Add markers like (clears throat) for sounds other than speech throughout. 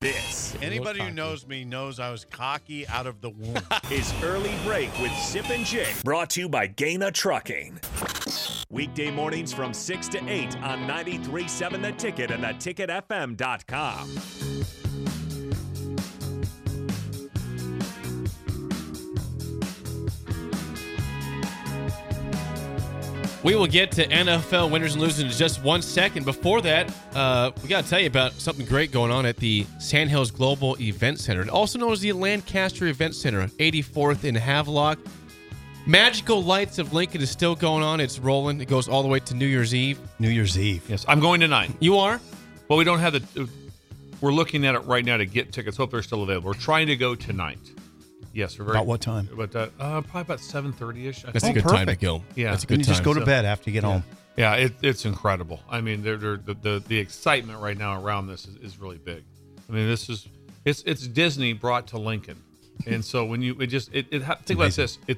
This. Anybody who knows me knows I was cocky out of the womb. is Early Break with Zip and Jake, brought to you by Gaina Trucking. Weekday mornings from 6 to 8 on 93.7 The Ticket and theticketfm.com. (laughs) We will get to NFL winners and losers in just one second. Before that, uh, we got to tell you about something great going on at the Sandhills Global Event Center, also known as the Lancaster Event Center, 84th in Havelock. Magical Lights of Lincoln is still going on. It's rolling. It goes all the way to New Year's Eve. New Year's Eve. Yes, I'm going tonight. You are? Well, we don't have the. We're looking at it right now to get tickets. Hope they're still available. We're trying to go tonight. Yes, we're very. About what time? But uh, uh, probably about seven thirty ish. That's Oh, a good time to perfect. go. Yeah. That's a Then good you time. just go to so- bed after you get home. Yeah, it, it's incredible. I mean, they're, they're, the, the the excitement right now around this is, is really big. I mean, this is it's it's Disney brought to Lincoln, and so when you it just it, it ha- think about this. It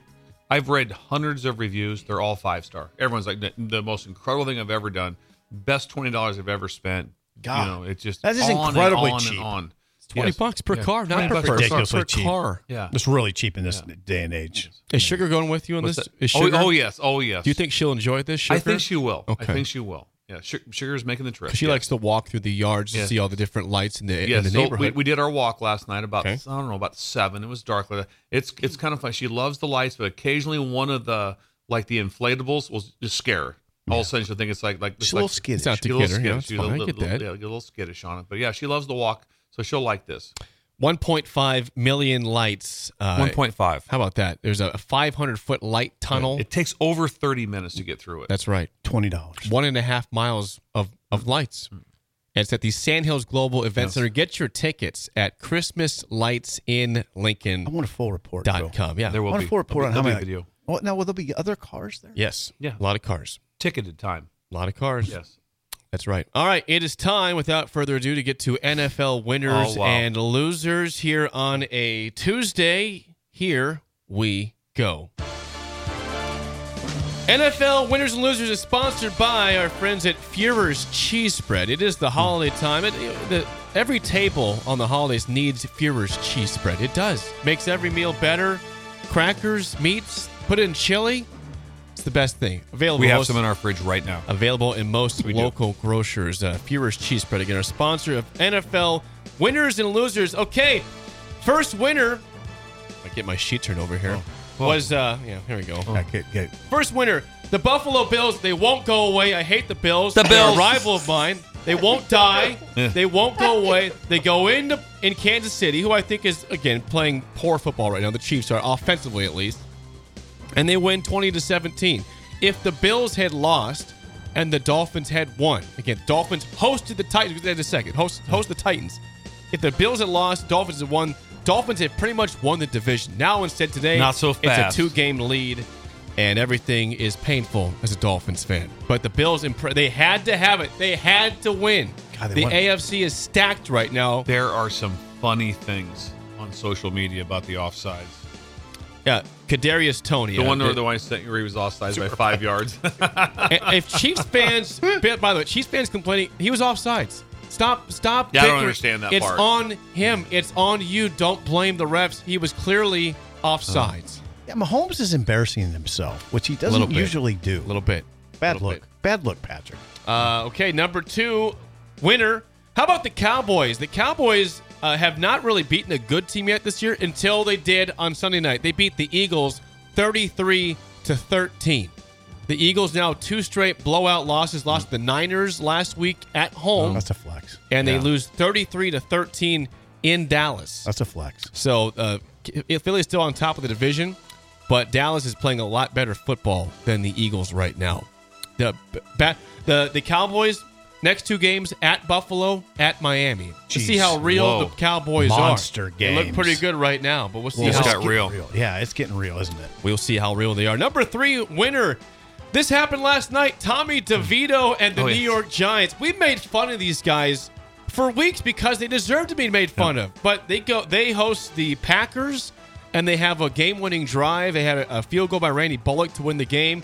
I've read hundreds of reviews. They're all five star. Everyone's like the, the most incredible thing I've ever done. Best twenty dollars I've ever spent. God. you know, it's just That is on and incredibly on and cheap. on. 20 Yes. bucks per Yeah. car, not 20 per bucks person. Ridiculously per cheap. car. Yeah. It's really cheap in this day and age. Is Sugar going with you on What's this? that? Is Oh, Sugar, oh, yes. Oh yes. Do you think she'll enjoy this? Sugar? I think she will. Okay. I think she will. Yeah. Su- Sugar's making the trip. She Yeah. likes to walk through the yards to Yes. see all the different lights in the, Yeah, in the so neighborhood. We, we did our walk last night about Okay. I don't know about seven. It was dark. like that. It's it's kind of fun. She loves the lights, but occasionally one of the like the inflatables will just scare her. All of a sudden she'll think it's like like She's it's a like, little skittish. It's not to she's a kid little her. Yeah, skittish. it's She's a fine. I little- get that. little- yeah, a little skittish on it, but yeah, she loves the walk, so she'll like this. 1.5 million lights. Uh, One point five. How about that? There's a 500 foot light tunnel. It takes over thirty minutes to get through it. That's right. Twenty dollars. One and a half miles of, of lights. And it's at the Sandhills Global Event Hmm. Yes. Center. Get your tickets at I ChristmasLightsInLincoln.com. want a full report. Bill. Yeah. there I will want be a full report There'll on be- how there'll many. be video Oh, now will there be other cars there? yes. Yeah. A lot of cars. ticketed time. lot of cars. Yes. That's right. All right. It is time, without further ado, to get to NFL winners Oh, wow. and losers here on a Tuesday. Here we go. NFL Winners and Losers is sponsored by our friends at Fuhrer's Cheese Spread. It is the Hmm. holiday time. It, it- the, every table on the holidays needs Fuhrer's Cheese Spread. It does. Makes every meal better. Crackers, meats, put in chili. It's the best thing. Available We have most- some in our fridge right now. Available in most We do. local grocers. Uh, Fuhrer's Cheese Spread again, our sponsor of NFL winners and losers. Okay, first winner. I get my sheet turned over here. Oh. Was uh, yeah, here we go. I could get. First winner, the Buffalo Bills. They won't go away. I hate the Bills. The They're Bills. a rival of mine. They won't die. Yeah. they won't go away. They go into in Kansas City, who I think is again playing poor football right now. The Chiefs are offensively at least, and they win twenty to seventeen. If the Bills had lost and the Dolphins had won, again, Dolphins hosted the Titans. Wait a second, host host the Titans. If the Bills had lost, Dolphins had won. Dolphins had pretty much won the division. Now instead today, Not so It's fast. a two game lead and everything is painful as a Dolphins fan. But the Bills, impre- they had to have it. They had to win. God, they the won. AFC is stacked right now. There are some funny things on social media about the offsides. Yeah, Kadarius Tony. The uh, one where the one I sent you where he was offsides by five yards. (laughs) And if (laughs) Chiefs fans, by the way, Chiefs fans complaining, he was offsides. Stop, stop. Yeah, I don't bickering. understand that It's part. on him. It's on you. Don't blame the refs. He was clearly Oh. offsides. Yeah, Mahomes is embarrassing himself, which he Little doesn't bit. usually do. A little bit. bad little look. bit. Bad look, Patrick. Uh, okay, number two winner, How about the Cowboys? The Cowboys uh, have not really beaten a good team yet this year until they did on Sunday night. They beat the Eagles 33 to 13. The Eagles now two straight blowout losses. Lost to the Niners last week at home, Oh, That's a flex. Um, and they Yeah. lose 33 to 13 in Dallas. That's a flex. So uh, K- Philly's still on top of the division, but Dallas is playing a lot better football than the Eagles right now. The ba- the the Cowboys next two games at Buffalo, at Miami. To see Jeez. how real Whoa. the Cowboys are. Monster They look games. pretty good right now, but we'll see Well, how it's It's got real. Yeah, it's getting real, isn't it? we'll see how real they are. Number three winner. This happened last night. Tommy DeVito and the Oh, New yeah. York Giants. We made fun of these guys for weeks because they deserve to be made fun of. But they go. They host the Packers, and they have a game-winning drive. They had a, a field goal by Randy Bullock to win the game.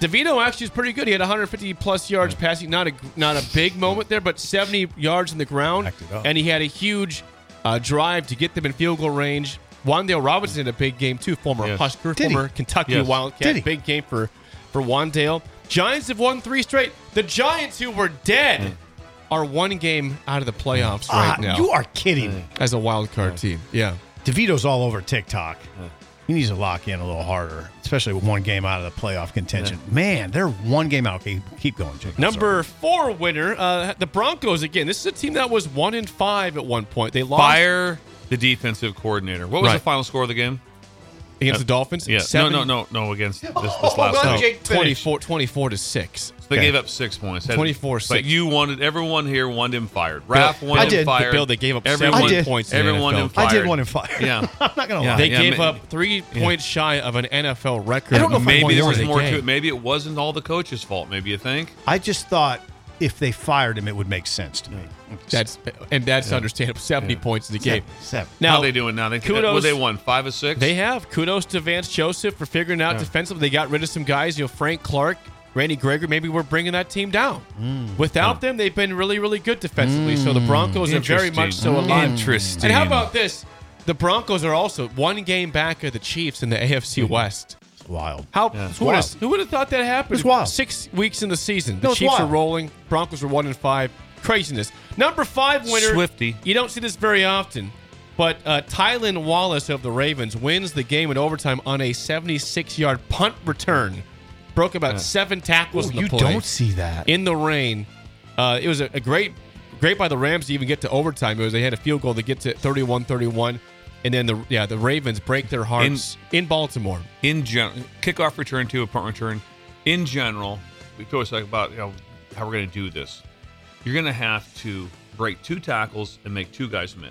DeVito actually is pretty good. He had 150 plus yards passing. Not a not a big moment there, but 70 yards in the ground, Backed it up. and he had a huge uh, drive to get them in field goal range. Wandale Robinson had a big game too, former Yes. Husker, Did he? former Kentucky Yes. Did he? Wildcat. Big game for for Wandale. Giants have won three straight. The Giants, who were dead, are one game out of the playoffs right Ah, now You are kidding me. as a wild card team. Yeah. DeVito's all over TikTok. He needs to lock in a little harder, especially with one game out of the playoff contention. Man, they're one game out. Okay, keep going, Jake. I'm sorry. Number four winner, uh, the Broncos again. This is a team that was one in five at one point. They lost Fire the defensive coordinator. What was Right. the final score of the game? against the Dolphins. Yeah. Seven- No, no, no, no. Against this, (laughs) this last No, one. Jake finished. 24, 24 to 6. They Okay. gave up six points. Had- 24-6. But you wanted everyone here wanted him fired. Raph Bill- wanted I him did. fired. Bill, they gave up seven everyone, points in the Everyone NFL. him I fired. did one in fire. (laughs) Yeah. (laughs) I'm not gonna Yeah. lie. They gave ma- up three points shy of an NFL record. I don't know if I Maybe One there more was they more to it. Maybe it wasn't all the coach's fault. Maybe you think. I just thought if they fired him, it would make sense to me. That's and that's understandable. Seventy points in the game. Seven, seven. Now How they doing now? They, kudos- What they won? Five or six? They have kudos to Vance Joseph for figuring out defensively. They got rid of some guys. You know, Frank Clark, Randy Gregory. Maybe we're bringing that team down. Mm. Without them, they've been really, really good defensively. So the Broncos are very much so Interesting. alive. Interesting. And how about this? The Broncos are also one game back of the Chiefs in the Mm. AFC West. wild. How It's who, would have, wild. who would have thought that happened? It's wild. Six weeks in the season, the No, it's Chiefs are wild. rolling. Broncos are one and five. Craziness. Number five winner. Swifty. You don't see this very often, but uh, Tylen Wallace of the Ravens wins the game in overtime on a 76-yard punt return. Broke about seven tackles in the Oh, you play. don't see that. in the rain. Uh, it was a, a great, great by the Rams to even get to overtime. It was they had a field goal to get to 31-31, and then the yeah the Ravens break their hearts in Baltimore. in general, kickoff return to a punt return, in general, we always talk about you know, how we're going to do this. You're going to have to break two tackles and make two guys miss.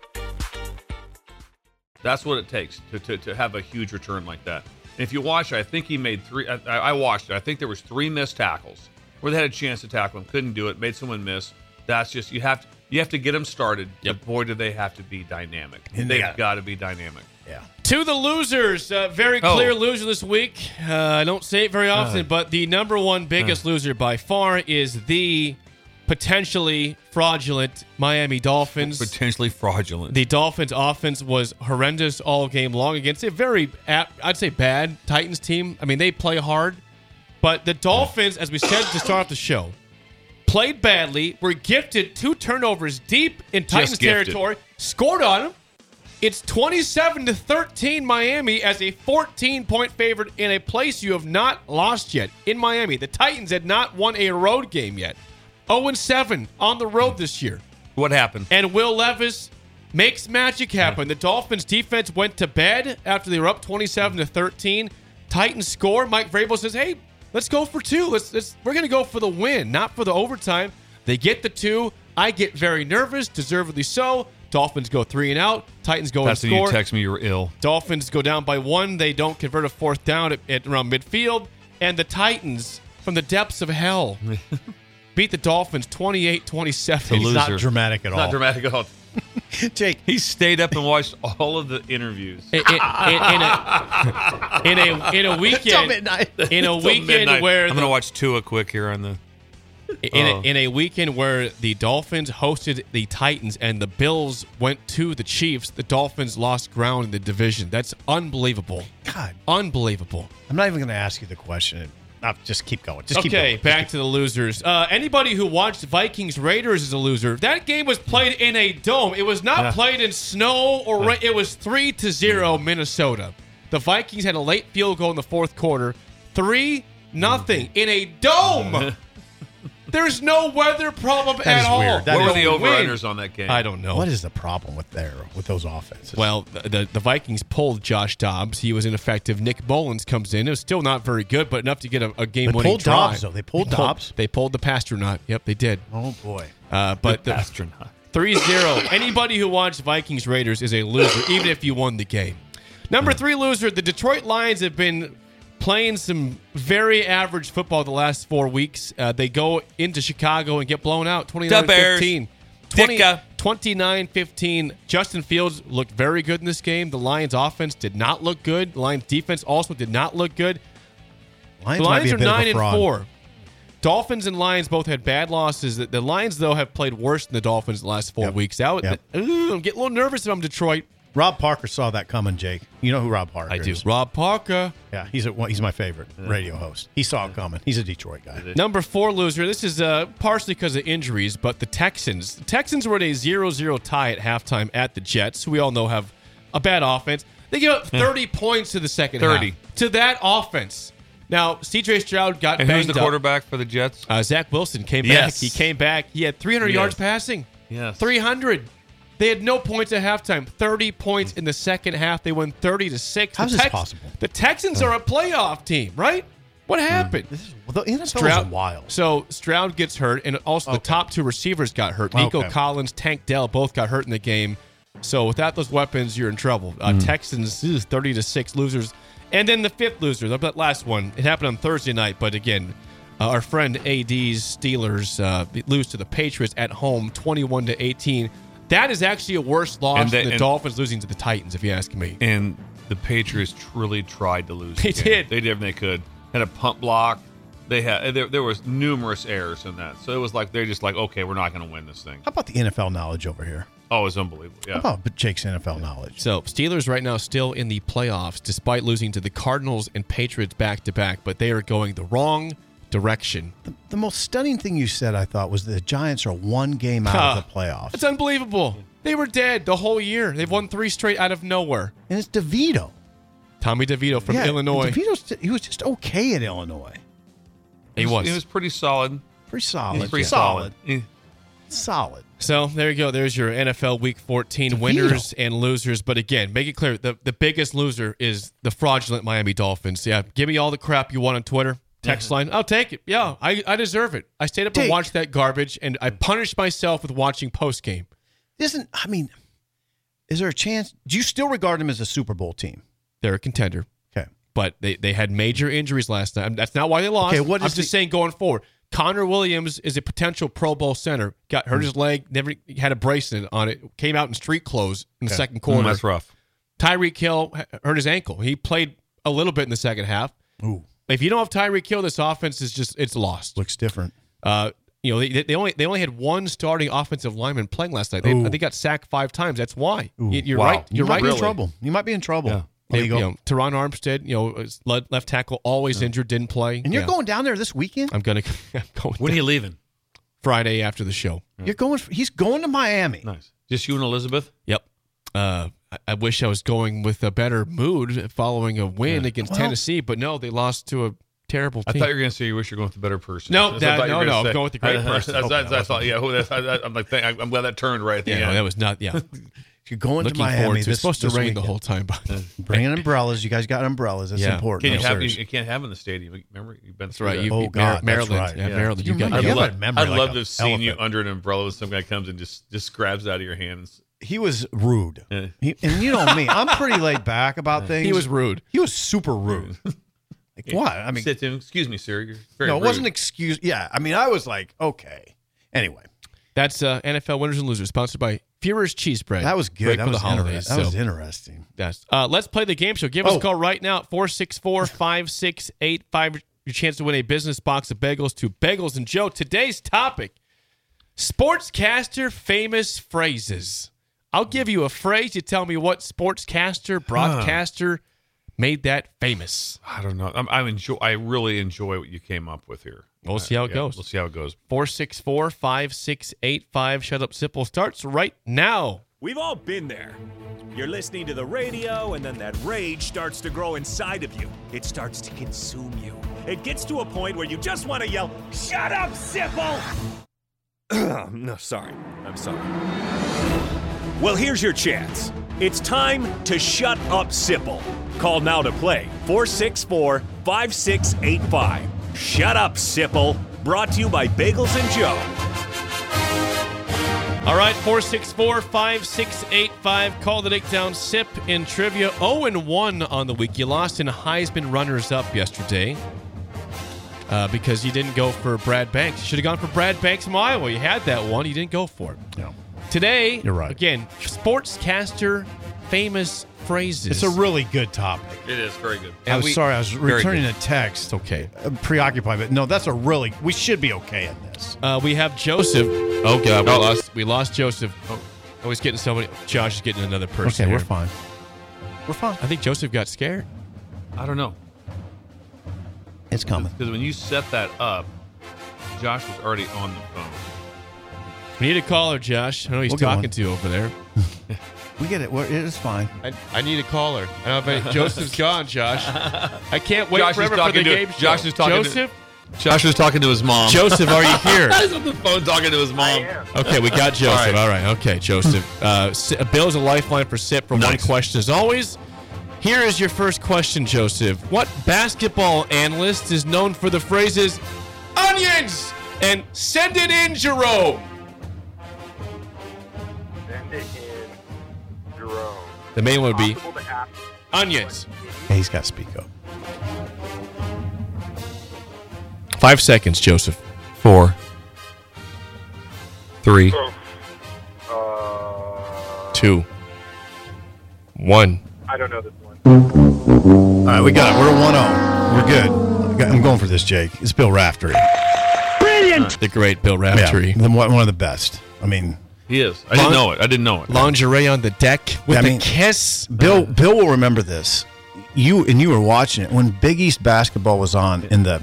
That's what it takes to, to, to have a huge return like that. And if you watch, it, I think he made three. I, I I watched it. I think there was three missed tackles where they had a chance to tackle him, couldn't do it, made someone miss. That's just you have to you have to get them started. But boy, do they have to be dynamic. And they They've got- got to be dynamic. yeah. To the losers, uh, very Oh. Uh. clear loser this week. Uh, I don't say it very often, but the number one biggest loser by far is the potentially fraudulent Miami Dolphins. Potentially fraudulent. the Dolphins' offense was horrendous all game long against a very, ap- I'd say, bad Titans team. I mean, they play hard, but the Dolphins, as we said to start off the show, played badly. Were gifted two turnovers deep in Titans gifted. territory, scored on them. It's 27 to 13 Miami as a 14 point favorite in a place you have not lost yet in Miami. The Titans had not won a road game yet. 0 7 on the road this year what happened? and Will Levis makes magic happen. The Dolphins defense went to bed after they were up 27 to 13. Titans score. Mike Vrabel says, "Hey, let's go for two. Let's, let's we're going to go for the win, not for the overtime." They get the two. I get very nervous, deservedly so. Dolphins go three and out. Titans go That's and when you score. text me you were ill. Dolphins go down by one. They don't convert a fourth down at, at around midfield. And the Titans, from the depths of (laughs) hell, beat the Dolphins 28 27. The It's not loser. dramatic at all. Not dramatic at all. Jake, He stayed up and watched all of the interviews. in, in, in, in a, in a in a (laughs) weekend midnight. in a Till weekend midnight. where I'm the- gonna watch Tua quick here on the. in, Oh. a, in a weekend where the Dolphins hosted the Titans and the Bills went to the Chiefs, the Dolphins lost ground in the division. That's unbelievable. God, Unbelievable. I'm not even going to ask you the question. I'll just keep going. Just keep okay, going. back to the losers. Uh, anybody who watched Vikings Raiders is a loser. That game was played in a dome. It was not played in snow or ra- it was three to zero Minnesota. The Vikings had a late field goal in the fourth quarter, three nothing in a (laughs) dome. There's no weather problem That at is all. weird. That What is- were the Win. overrunners on that game? I don't know. What is the problem with there with those offenses? Well, the, the the Vikings pulled Josh Dobbs. He was ineffective. Nick Mullins comes in. It was still not very good, but enough to get a, a game winning pulled try. Dobbs, though. They pulled Dobbs? They pulled the Pastronaut. Yep, they did. oh boy, Uh, but the astronaut. 3 0. (laughs) Anybody who watched Vikings Raiders is a loser, even if you won the game. Number three loser, the Detroit Lions have been playing some very average football the last four weeks. Uh, they go into Chicago and get blown out 29 15. 29 15. Justin Fields looked very good in this game. The Lions offense did not look good. The Lions defense also did not look good. Lions, The might be Lions a are bit of a nine and fraud. four. Dolphins and Lions both had bad losses. The- The Lions, though, have played worse than the Dolphins the last four Yep. weeks. Out, Yep. Ooh, I'm getting a little nervous if I'm Detroit. Rob Parker saw that coming, Jake. You know who Rob Parker is? Rob Parker, Yeah, he's a, well, he's my favorite radio host. He saw it coming. He's a Detroit guy. number four loser. This is uh, partially because of injuries, but the Texans. The Texans were at a 0-0 tie at halftime at the Jets, who we all know have a bad offense. They give up 30 points to the second 30. half. to that offense. Now, C.J. Stroud got And who's banged the up. quarterback for the Jets? Uh, Zach Wilson came back. Yes. He came back. He had 300 Yes. yards passing. Yes. 300. They had no points at halftime. 30 points in the second half. They won 30 to 6. How The is this possible? Hmm. The Texans are a playoff team, right? What happened? This is, well, the NFL's wild. So Stroud gets hurt, and also the top two receivers got hurt. Nico Okay. Collins, Tank Dell both got hurt in the game. So without those weapons, you're in trouble. Uh, Mm. Texans ugh, thirty to six losers, and then the fifth loser, the- that last one. It happened on Thursday night, but again, uh, our friend AD's Steelers uh, lose to the Patriots at home, twenty-one to eighteen. That is actually a worse loss And they- than the and- Dolphins losing to the Titans, if you ask me. And the Patriots truly tried to lose. the They game. did. They did everything they could. Had a pump block. They had there, there was numerous errors in that. So it was like they're just like, okay, we're not going to win this thing. How about the NFL knowledge over here? Oh, it's unbelievable. Yeah. How about Jake's NFL knowledge? So Steelers right now still in the playoffs despite losing to the Cardinals and Patriots back to back, but they are going the wrong direction. The most stunning thing you said, I thought, was the Giants are one game out Huh. of (laughs) the playoffs, It's unbelievable. They were dead the whole year. They've won three straight out of nowhere. and it's DeVito Tommy DeVito from Yeah, Illinois. DeVito's he was just okay at Illinois, He was. It was pretty solid. pretty It solid, was pretty Yeah. solid. Eh. solid. So there you go. There's your NFL Week 14 DeVito. winners and losers. But again, make it clear the, the biggest loser is the fraudulent Miami Dolphins. Yeah, give me all the crap you want on Twitter. Text line, I'll take it. Yeah, I, I deserve it. I stayed up and Take- watched that garbage, and I punished myself with watching post game. Isn't I mean, is there a chance? Do you still regard him as a Super Bowl team? They're a contender, Okay, but they, they had major injuries last night. That's not why they lost. Okay, what I'm is just the- saying going forward. Connor Williams is a potential Pro Bowl center. Got Hmm. hurt his leg, never had a bracelet on it. Came out in street clothes in the second quarter. That's rough. Tyreek Hill h- hurt his ankle. He played a little bit in the second half. ooh, If you don't have Tyreek Hill, this offense is just it's lost. looks different. Uh, you know they, they only they only had one starting offensive lineman playing last night. They, Ooh. they got sacked five times. That's why. Ooh. You- You're Wow. right. You're you might right. be in trouble. You might be in trouble. Yeah. There They- you you go. know, Teron Armstead, you know, is le- left tackle, always injured, didn't play. and you're Yeah. going down there this weekend. I'm gonna. (laughs) I'm going are you leaving? Friday after the show. You're going. He's going to Miami. Nice. Just you and Elizabeth. Yep. Uh, I, I wish I was going with a better mood following a win against Well- Tennessee, but no, they lost to a terrible I team. thought you were going to say you wish you were going with the better person. No, That's what I that- thought you were no, gonna no, say. I'm going with the great person. (laughs) That's, that's, that's, all. Yeah, who- that's, I, am like, thank- I'm glad that turned right at the yeah, no, end. that was not. (laughs) Yeah, You're going looking to Miami. forward to. this- it's supposed to this rain the weekend. whole time, but Bringing umbrellas. You guys got umbrellas. That's Yeah. important. Can you, No, have, you, serious. you can't have in the stadium. Remember, you've been that's through right. that. You, Oh, you- God, Maryland, that's right. yeah, Yeah. Maryland. You You got remember- you Yeah, got- but memory I'd like love a to have seen you elephant. under an umbrella with some guy comes and just just grabs it out of your hands. he was rude. Yeah. He, and you know me, I'm pretty laid back about things. He was rude. He was super rude. Like what? I mean, Sit down. Excuse me, sir. You're very no, it rude." wasn't excuse. Yeah, I mean, I was like, okay. Anyway, That's uh, NFL winners and losers, sponsored by Fuhrer's Cheese Bread. That was good. Great that for was the holidays. Inter- that was so interesting. that's- uh, let's play the game show. Give us Oh. a call right now at 464 5685. Your chance to win a business box of bagels to Bagels and Joe. Today's topic sportscaster famous phrases. I'll give you a phrase. You tell me what sportscaster, broadcaster made that famous. I don't know. I'm, I'm enjoy. I really enjoy what you came up with here. We'll see how it Yeah, goes. We'll see how it goes. 464 5685. Shut up, Sipple starts right now. We've all been there. You're listening to the radio, and then that rage starts to grow inside of you. It starts to consume you. It gets to a point where you just want to yell, Shut up, Sipple! (clears throat) no, sorry. I'm sorry. Well, here's your chance. It's time to shut up, Sipple. Call now to play 464 5685. Shut up, Sipple. Brought to you by Bagels and Joe. All right, 464 5685. Call the Dick Down Sip in trivia. 0 and 1 on the week. You lost in Heisman runners up yesterday uh, because you didn't go for Brad Banks. You should have gone for Brad Banks from Iowa. You had that one, you didn't go for it. No. Today, You're right. Again, sportscaster famous phrases. It's a really good topic. It is very good. I'm sorry, I was very returning a good. text. okay. Uh, preoccupied, but no, that's a really. We should be okay in this. Uh, we have Joseph. Oh God, we lost. We lost Joseph. Oh, oh, he's getting so many. Josh is getting another person. Okay, we're here. fine. We're fine. I think Joseph got scared. I don't know It's coming. because when you set that up, Josh was already on the phone. We need a caller, Josh. I know he's We'll get talking one. to you over there. We get it. We're, it is fine. I, I need a caller. I don't have (laughs) any. Joseph's gone, Josh. I can't wait Josh is forever for talking the to- game show. Josh is talking to- Joseph. Josh was talking to his mom. Joseph, are you (laughs) here? He's on the phone talking to his mom. Okay, we (laughs) got Joseph. All right. Okay, (laughs) Joseph. Uh, S- Bill's a lifeline for Sip for one Nice. question as always. Here is your first question, Joseph. What basketball analyst is known for the phrases "onions" and "send it in, Jerome"? Send it in Jerome. The main one would be Possible to ask. onions. Hey, he's got to speak up. Five seconds, Joseph. Four, three. Uh, Two. One. I don't know this one. All right, we got it. We're one zero. We're good. I got- I'm going for this, Jake. It's Bill Raftery. The great Bill Yeah, Raftery. the, one one of the best. I mean, He is. I didn't know it. I didn't know it. Lingerie on the deck with Yeah, I a mean- kiss. Bill Uh-huh. Bill will remember this. You and you were watching it when Big East basketball was on in the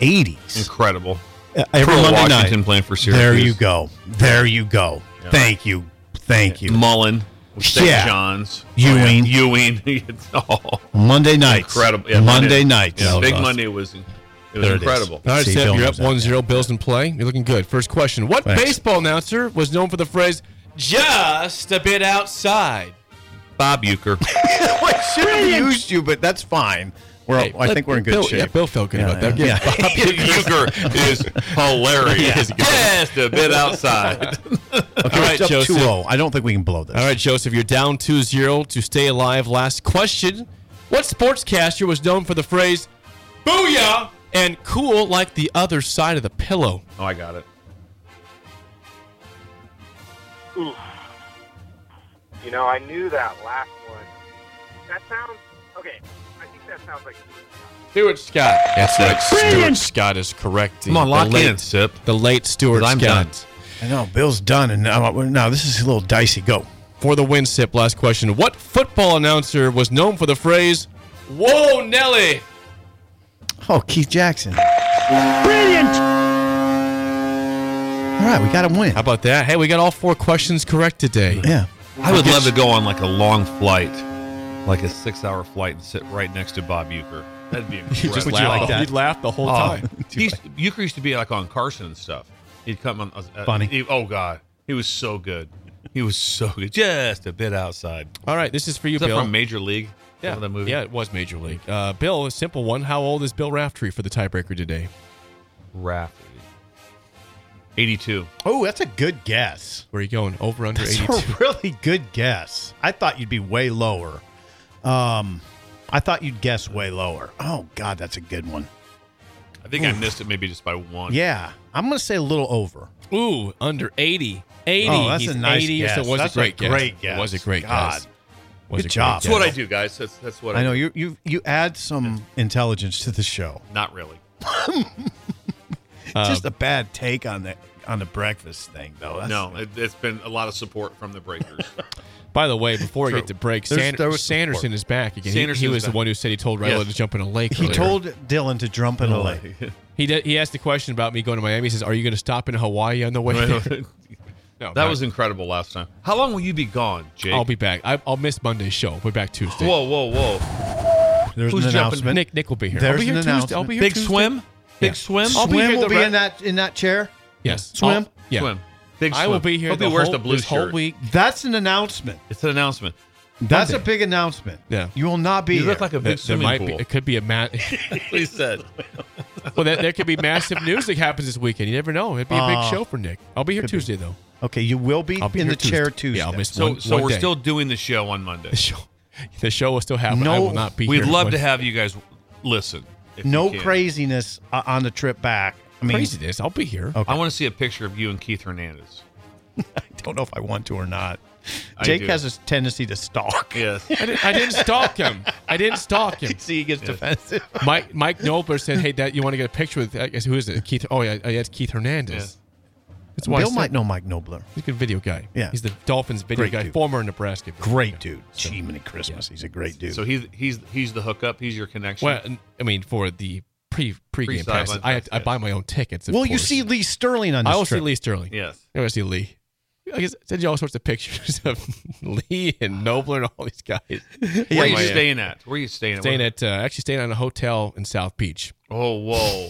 80s. Incredible. Uh, Every Pearl Monday Washington night. playing for Syracuse. There you go. There you go. Thank you. Thank you. Mullen. with St. Yeah. John's. Oh, Ewing. Ewing. (laughs) It's all Monday nights. incredible. Yeah, Monday nights. Yeah, Big Awesome. Monday was it was There it is. incredible. All right, See, Seb, Bill you're up knows that. 1 0. Bills in play. You're looking good. First question What Thanks. baseball announcer was known for the phrase, just a bit outside? Bob Euchre. (laughs) I should have used you, but that's fine. We're, Hey, Oh, I let- think we're in good Bill, shape. Yeah, Bill felt good Yeah, about that. (laughs) yeah. Yeah. Bob Euchre (laughs) is hilarious. Yes, (laughs) a bit outside. Okay, All right, it's up Joseph. 2-0. I don't think we can blow this. All right, Joseph, you're down 2 0 to stay alive. Last question What sportscaster was known for the phrase, booyah, and cool like the other side of the pillow? (laughs) Oh, I got it. You know, I knew that last one. That sounds okay. I think that sounds like Stuart Scott. That's right. Stuart Scott is correct. Come on, lock the late, uh, in, Sip. The late Stuart I'm Scott. done. I know Bill's done, and now, now this is a little dicey. Go. for the win sip. Last question. What football announcer was known for the phrase, Whoa, Nelly? Oh, Keith Jackson. Brilliant. All right, we got to win. How about that? Hey, we got all four questions correct today. Yeah. I would love to go on like a long flight, like a six-hour flight, and sit right next to Bob Euchre. That'd (laughs) be incredible. Would you like that? You'd laugh the whole Oh, (laughs) time. he used- Euchre used to be like on Carson and stuff. He'd come on. uh, Funny. he- oh God, he was so good. He was so good. Just a bit outside. All right, this is for you, Is that Bill. from Major League? yeah. Remember that movie? yeah, it was Major League. Uh, Bill, a simple one. How old is Bill Raftery for the tiebreaker today? Rafferty. Eighty-two. Oh, that's a good guess. Where are you going? Over under That's 82. a really good guess. I thought you'd be way lower. Um, I thought you'd guess way lower. Oh God, that's a good one. I I think I missed it maybe just by one. Yeah, I'm gonna say a little over. Ooh, under 80. 80. Oh, that's He's a nice 80, guess. So it was That's a great guess. great It was a guess. great God. guess. Was Good a great job. guess. That's what I do, guys. That's that's what I, I know you you you add some intelligence to the show. Not really. Just a bad take on the on the breakfast thing, though. That's- no, it, it's been a lot of support from (laughs) the Breakers. By the way, before we True. get to break, There's- Sand- there was some Sanderson support. is back again. He- He, Sanderson's was the back. one who said he told Ryla Yes. to jump in a lake. he earlier. told Dylan to jump in a lake. he did, he asked the question about me going to Miami. He says, "Are you going to stop in Hawaii on the way?" there?" (laughs) (laughs) that no, not- was incredible last time. How long will you be gone, Jake? I'll be back. I, I'll miss Monday's show. I'll be back Tuesday. Whoa, whoa, whoa! There's Who's an jumping? announcement. Nick Nick will be here. There's I'll be here an Tuesday. announcement. I'll be here Big Tuesday. swim, big Yeah. swim. I'll be Swim here will the be re- in that in that chair. Yes. Swim? I'll- yeah. swim. Big swim. I will be here. Hope the he wears whole, the blue this shirt. whole week. That's an announcement. It's an announcement. That's a Monday. big announcement. Yeah. You will not be You look there. like There, a big there swimming might be. pool. It could be a mat. He said. (laughs) well, there, there could be massive news that happens this weekend. You never know. It'd be a Ah. big show for Nick. I'll be here Tuesday though. okay, you will be I'll be in here the chair Tuesday. Yeah, I'll miss So, one, so one we're day. still doing the show on Monday. the show. The show will still happen. I No, will not be We'd here. love But to have you guys listen. if you no can. craziness uh, on the trip back. I mean, craziness. I'll be here. Okay. I want to see a picture of you and Keith Hernandez. I don't know if I want to or not. I Jake do. has a tendency to stalk. Yes. (laughs) I, didn't, I didn't stalk him. I didn't stalk him. (laughs) See, he gets defensive. Mike Mike Nobler said, "Hey, Dad, you want to get a picture with? I guess who is it? Keith? Oh yeah, yeah it's Keith Hernandez. That's why I Bill said- might know Mike Nobler. He's a good video guy. Yeah. he's the Dolphins video Great guy, dude. former Nebraska. video guy. Great dude. Gee, many Christmas. He's a great dude. So he's he's he's the hookup. He's your connection. Well, I mean, for the pre pregame Pre-sideline passes, I, pass, I yes. buy my own tickets. of well, you course. see Lee Sterling on this I also trip. see Lee Sterling. yes. I always see Lee. I guess send you all sorts of pictures (laughs) of Lee and Nobler and all these guys. Where are Yeah, you yeah. staying at? Where are you staying at? Staying at uh, actually staying at a hotel in South Beach. Oh, whoa.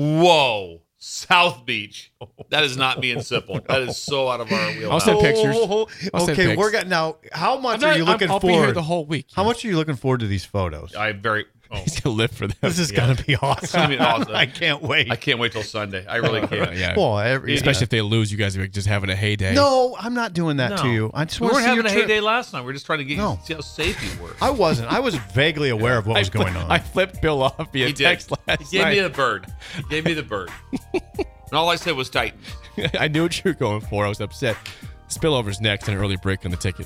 Whoa. South Beach. That is not being (laughs) simple. That is so out of our I'll wheelhouse. send pictures. I'll send Oh, okay, pics. we're got now. How much I'm not- are you looking I'm, I'll forward? Be here the whole week. How much are you looking forward to these photos? I very. (laughs) Oh, He's gonna live for them. this is gonna be awesome. gonna be awesome. I can't wait. I can't wait till Sunday. I (laughs) really yeah, can't. yeah. Well, every, (laughs) especially if they lose, you guys are just having a heyday. (laughs) No, I'm not doing that to you. I just we want weren't to see having your a trip. heyday last night. We are just trying to get you No. see how safe you were. I wasn't. I was (laughs) vaguely aware of what was I fli- going on. I flipped Bill off via He did. text He last gave me night. the bird. He gave me the bird. (laughs) and all I said was Titans. I knew what you were going for. I was upset. Spillover's next and an early break on the ticket.